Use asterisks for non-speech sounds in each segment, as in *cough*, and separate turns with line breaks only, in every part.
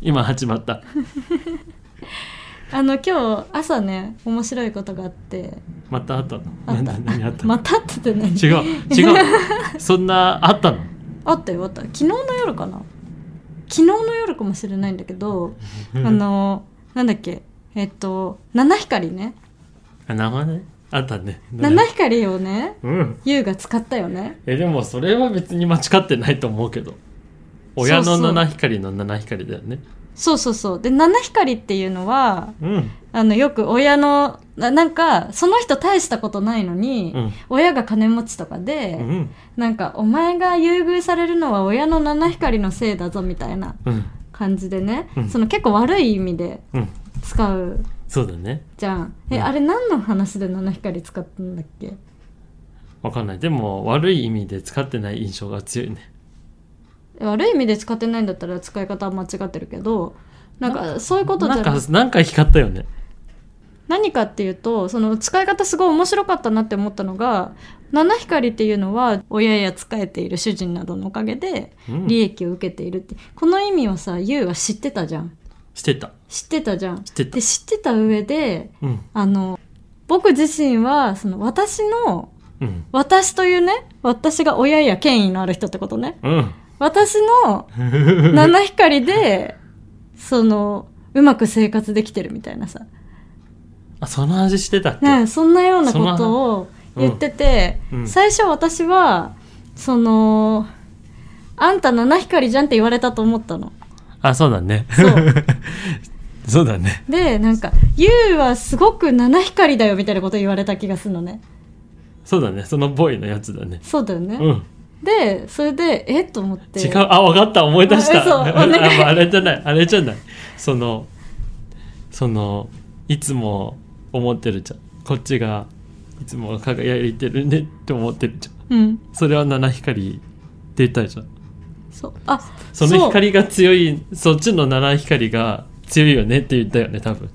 今始まった
あの今日朝ね面白いことがあって
またあったの
あっ
な
た
んだ何あったの
またって言って何 *laughs*
違う違うそんなあったの
あったよあった昨日の夜かな昨日の夜かもしれないんだけどあのなんだっけえっと七光ね
あ名前あったね
七光をね
うん
優が使ったよね
えでもそれは別に間違ってないと思うけど親
そう
の
そう
七光の七光だよね
そうそうそうで七光っていうのは
うん
あのよく親のななんかその人大したことないのに、
うん
親が金持ちとかで、
うん
なんかお前が優遇されるのは親の七光のせいだぞみたいな
うん
感じでね、
うん
その結構悪い意味で
うん
使う
そうだね
じゃんえ、
うん
あれ何の話で七光使ったんだっけ
わかんないでも悪い意味で使ってない印象が強いね
え悪い意味で使ってないんだったら使い方は間違ってるけどなんかそういうことじ
な
ゃ
ん
な
か
い
なんか光ったよね
何かっていうとその使い方すごい面白かったなって思ったのが七光っていうのは親や仕えている主人などのおかげで
うん
利益を受けているって、この意味をさ優は知ってたじゃん
してた
知ってたじゃん
知ってた
で知ってた上で
うん
あの僕自身はその私の
うん
私というね私が親や権威のある人ってことね
うん
*laughs* 私の七光で
*laughs*
そのうまく生活できてるみたいなさ
あその話してたっけ、
ねえ、そんなようなこ
そ
とを言ってて、
うんうん
最初私はそのあんた七光じゃんって言われたと思ったの。
あそうだね
そう
*laughs* そうだね
でなんか「ゆうはすごく七光だよ」みたいなこと言われた気がするのね。
そうだねそのボーイのやつだね
そうだよね。
うん
でそれでえっと思って
違うあ分かった思い出した
あ嘘お
あ
願い
ああれじゃないあれじゃないそのそのいつも思ってるじゃんこっちがいつも輝いてるねって思ってるじゃん
うん
それは七光出たじゃん
そうあ
その光が強いそっちの七光が強いよねって言ったよね多分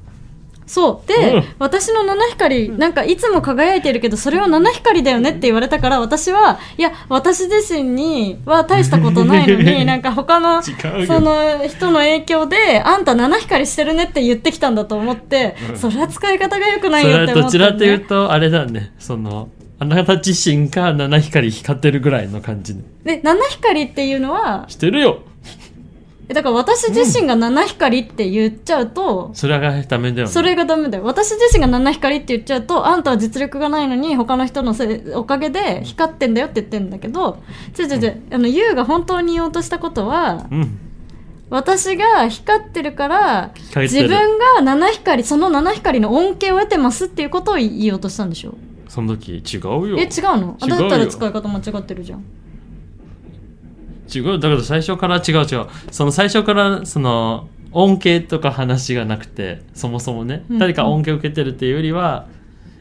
そうそうで、
うん
私の七光なんかいつも輝いてるけどそれは七光だよねって言われたから私はいや私自身には大したことないの
*laughs*
になんか他の
違うよ
その人の影響であんた七光してるねって言ってきたんだと思って、
うん
それは使い方が良くない
それ
よっ
は
て思
ど
って、
ち
ね、
らっていうとあれだねそのあなた自身が七光光ってるぐらいの感じね
で七光っていうのは
してるよ
えだから私自身が七光って言っちゃうと、
それがダメだよね
それがダメだよ私自身が七光って言っちゃうとあんたは実力がないのに他の人のせいおかげで光ってんだよって言ってんだけど違う違う違うあの優が本当に言おうとしたことは
うん
私が光ってるから
光ってる
自分が七光その七光の恩恵を得てますっていうことを言おうとしたんでしょ
その時違うよ
え違うのあ
違うよ
だったら使い方間違ってるじゃん
違うだから最初から違う違うその最初からその恩恵とか話がなくてそもそもね、
うん
誰か恩恵を受けてるっていうよりは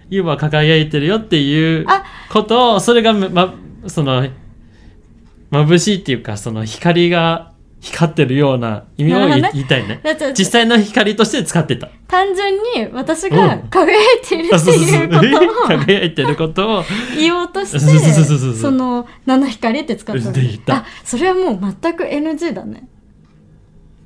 優は輝いてるよっていう
あ
ことをそれがままその眩しいっていうかその光が光ってるような意味を
なるほ
言,、
どね
言いたいね
だって
*laughs* 実際の光として使って
*laughs*
た
単純に私が
うん
輝いているっていうことを
輝いてることを
言おうとして
そうそうそうそう
その七光って使ったの
で言った
あそれはもう全く NG だね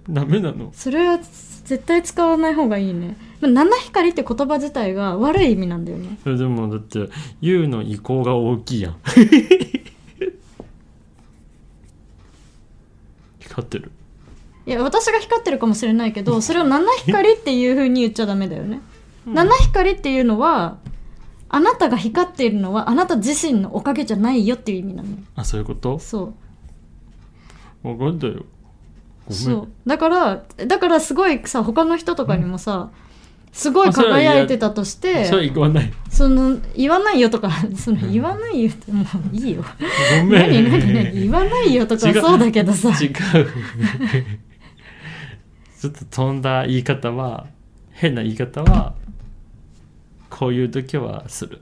ダメなの
それは絶対使わない方がいいねまあ七光って言葉自体が悪い意味なんだよね
それでもだって優の意向が大きいやん *laughs* 光ってる
いや私が光ってるかもしれない
*laughs*
けどそれを七光っていう風に言っちゃダメだよね、七光っていうのはあなたが光っているのはあなた自身のおかげじゃないよっていう意味なの
あそういうこと
そう
分かったよごめ
そ
ん
うだからだからすごいさ他の人とかにもさ、すごい輝いてたとし
そ
て
れは言わない
その言わないよとかその言わないよってもういいよ
*laughs* ごめん
何何何言わないよとか
違う
そうだけどさ
違うちょっと飛んだ言い方は変な言い方はこういう時はする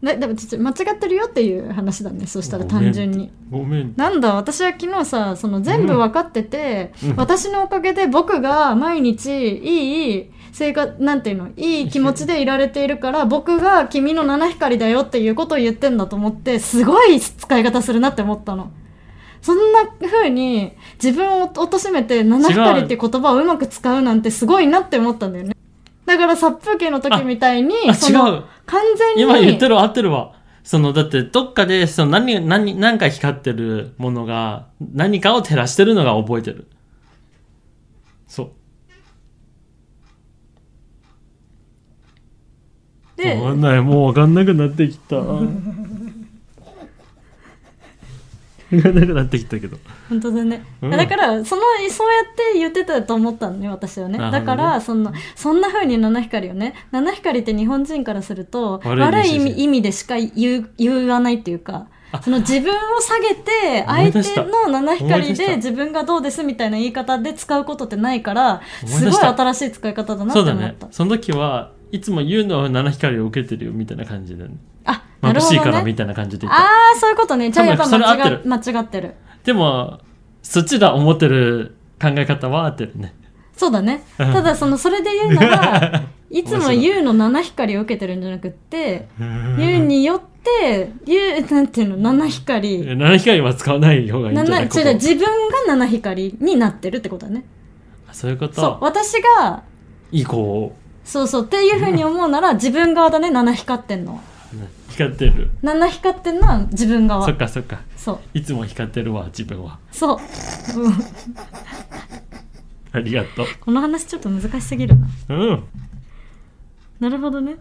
なでもちょっと間違ってるよっていう話だねそしたら
ごめん
単純に。
ごめん
なんだ私は昨日さその全部分かってて、
うんうん
私のおかげで僕が毎日いい生活なんていうのいい気持ちでいられてい
*laughs*
るから僕が君の七光だよっていうことを言ってんだと思ってすごい使い方するなって思ったのそんな風に自分を貶めて七光っていう言葉をうまく使うなんてすごいなって思ったんだよねだから殺風景の時みたいに
あ
その
違う
完全に
今言ってる合ってるわそのだってどっかでその何何何か光ってるものが何かを照らしてるのが覚えてるそう
で
わかんないもうわかんなくなってきたわかんなくなってきたけど
本当だね、
うん
だからそのそうやって言ってたと思ったのね私はね
なるほど
だ
ね
からそんなそんな風に七光をね七光って日本人からすると
悪い
悪い意
印象
味意味でしか言う言わないっていうか
あ
その自分を下げて
思い出
相
した
手の七
思い
光
出し
で
た
自分がどうですみたいな言い方で使うことってないから
思い
す
出
ごい
した
新しい使い方だなって
そう
思
だ
った、
ねその時はいつも言うのは七光を受けてるよみたいな感じで、ね、
あなる
眩
ほ
しいか
ど
ら
ね
みたいな感じで言った
ああそういうことねじゃあやっぱ
多分それ合って
間違
る
間違ってる
でもそっちだ思ってる考え方は合ってる *laughs* ね
そうだね。
うん
ただそのそれで言うな
*laughs*
ら、いつもユウの七光を受けてるんじゃなくって、ユウによってユウなんていうの七光、
七光は使わない方がいいんじゃ
七
な
違
いうここ
自分が七光になってるってことだね。
あそういうこ
そう
と
私が
いい子を
そうそうっていうふうに思うなら自分側だね七光ってんのは。
光ってる
七光ってんのは自分側。
そっかそっか
そう
いつも光ってるわ自分は
そう、うん
ありがと
この話ちょっと難しすぎる
う
な。
うん
なるほどね。